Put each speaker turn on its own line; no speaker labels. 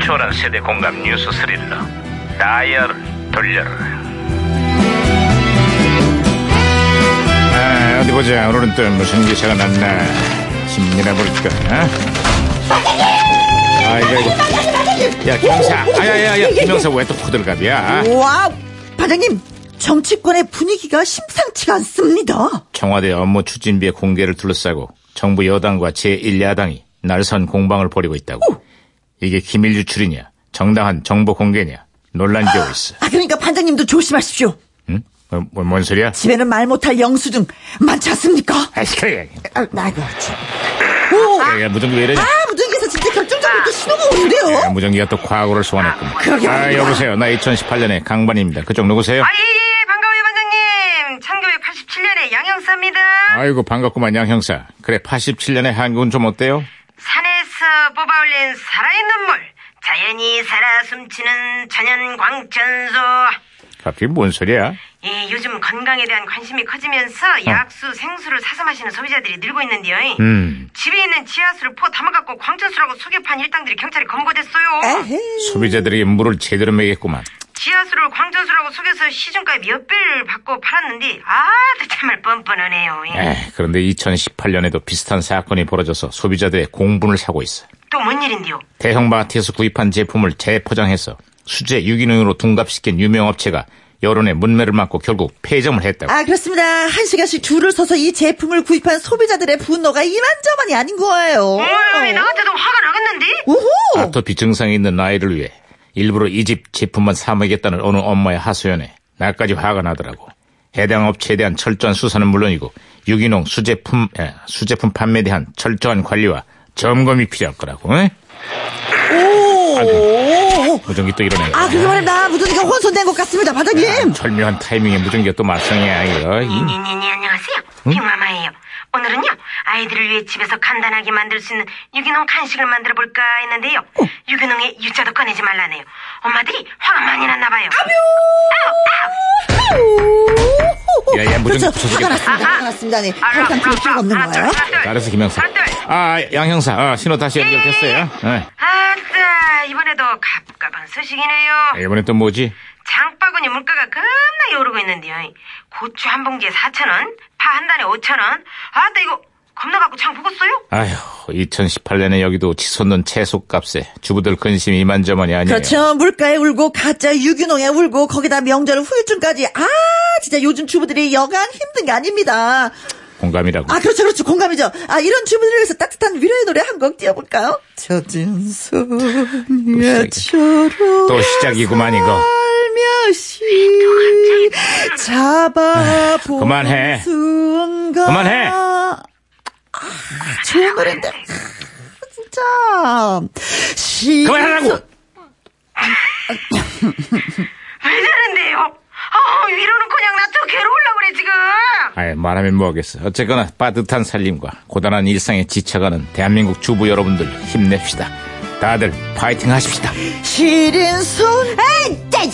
초월한 세대 공감 뉴스 스릴러 다이얼을 돌려라
아, 어디 보자. 오늘은 또 무슨 기사가 났나. 신문이나 볼까. 아이고, 이고 야, 김영사. 아, 야, 야, 야. 김영사 왜 또 호들갑이야?
와, 반장님, 정치권의 분위기가 심상치가 않습니다.
청와대 업무 추진비의 공개를 둘러싸고 정부 여당과 제1야당이 날선 공방을 벌이고 있다고. 이게 기밀 유출이냐, 정당한 정보 공개냐, 논란이 되고 있어.
아, 그러니까 반장님도 조심하십시오.
응? 어, 뭐, 뭔 소리야?
집에는 말 못할 영수증 많지 않습니까?
아이, 그래.
아, 나 이거 참. 오,
야, 야, 무전기 왜 이러냐?
아, 무전기에서 진짜 결정적으로 신호가 오는데요.
야, 무전기가 또 과거를 소환했군요.
그러게
아,
말입니다.
여보세요. 나 2018년의 강반입니다. 그쪽 누구세요?
아, 예, 예, 반가워요, 반장님. 창교육 87년에 양형사입니다.
아이고, 반갑구만, 양 형사. 그래, 87년의 한국은 좀 어때요?
산에서 뽑아올린 살아있는 물. 자연이 살아 숨치는 천연 광천소.
갑자기 뭔 소리야?
예, 요즘 건강에 대한 관심이 커지면서 약수, 생수를 사서 마시는 소비자들이 늘고 있는데요.
어. 음,
집에 있는 지하수를 포 담아갖고 광천수라고 소개판 일당들이 경찰에 검거됐어요.
에헤.
소비자들에게 물을 제대로 먹였구만.
지하수를 광천수라고 속여서 시중가에 몇 배를 받고 팔았는데 아, 정말 뻔뻔하네요. 예.
에 그런데 2018년에도 비슷한 사건이 벌어져서 소비자들의 공분을 사고 있어.
또뭔 일인데요?
대형 마트에서 구입한 제품을 재포장해서 수제 유기농으로 둔갑시킨 유명 업체가 여론의 문매를 맞고 결국 폐점을 했다고.
아, 그렇습니다. 한 시간씩 줄을 서서 이 제품을 구입한 소비자들의 분노가 이만저만이 아닌 거예요.
어이, 나 같아도 화가 나겠는데?
오호!
아토피 증상이 있는 아이를 위해 일부러 이 집 제품만 사 먹겠다는 어느 엄마의 하소연에 나까지 화가 나더라고. 해당 업체에 대한 철저한 수사는 물론이고 유기농 수제품 에, 수제품 판매에 대한 철저한 관리와 점검이 필요할 거라고. 응?
오!
무전기 또 이러네. 아,
아, 그게 말입니다. 무전기가 혼선된 것 같습니다, 반장님.
절묘한 타이밍에 무전기가 또 맞상이야 이거. 이-
니니니 네, 안녕하세요. 빅마마예요. 오늘은요 아이들을 위해 집에서 간단하게 만들 수 있는 유기농 간식을 만들어 볼까 했는데요. 유기농에 유자도 꺼내지 말라네요. 엄마들이 화가 많이 났나 봐요.
야, 야, 무전기
그렇죠.
부서지겠다.
화가 났습니다. 화가 났습니다. 네. 일단 그럴 필요가 없는 거예요.
알았어 김형사. 아, 양 형사. 아, 신호 다시 연결됐어요. 예.
아따 이번에도 갑갑한 소식이네요.
아, 이번엔 또 뭐지?
장바구니 물가가 겁나게 오르고 있는데요. 고추 한 봉지에 4천 원, 파 한 단에 5천 원. 아따 이거 겁나 갖고 장 보겠어요?
아휴, 2018년에 여기도 치솟는 채소값에 주부들 근심이 이만저만이 아니에요.
그렇죠. 물가에 울고 가짜 유기농에 울고 거기다 명절 후유증까지 아 진짜 요즘 주부들이 여간 힘든 게 아닙니다.
공감이라고.
아 그렇죠 그렇죠 공감이죠. 아 이런 주부들을 위해서 따뜻한 위로의 노래 한 곡 띄워볼까요? 젖은 손예처럼
또 시작이구만, 이거.
살며시 잡아본
그만해.
순간
그만해.
아, 좋은 노래인데 아, 진짜 시-
그만하라고!
왜 저런데요? 아 위로는 그냥 나 또 괴로우려고 그래 지금.
아이, 말하면 뭐하겠어. 어쨌거나 빠듯한 살림과 고단한 일상에 지쳐가는 대한민국 주부 여러분들 힘냅시다. 다들 파이팅 하십시다.
시린 손 에이!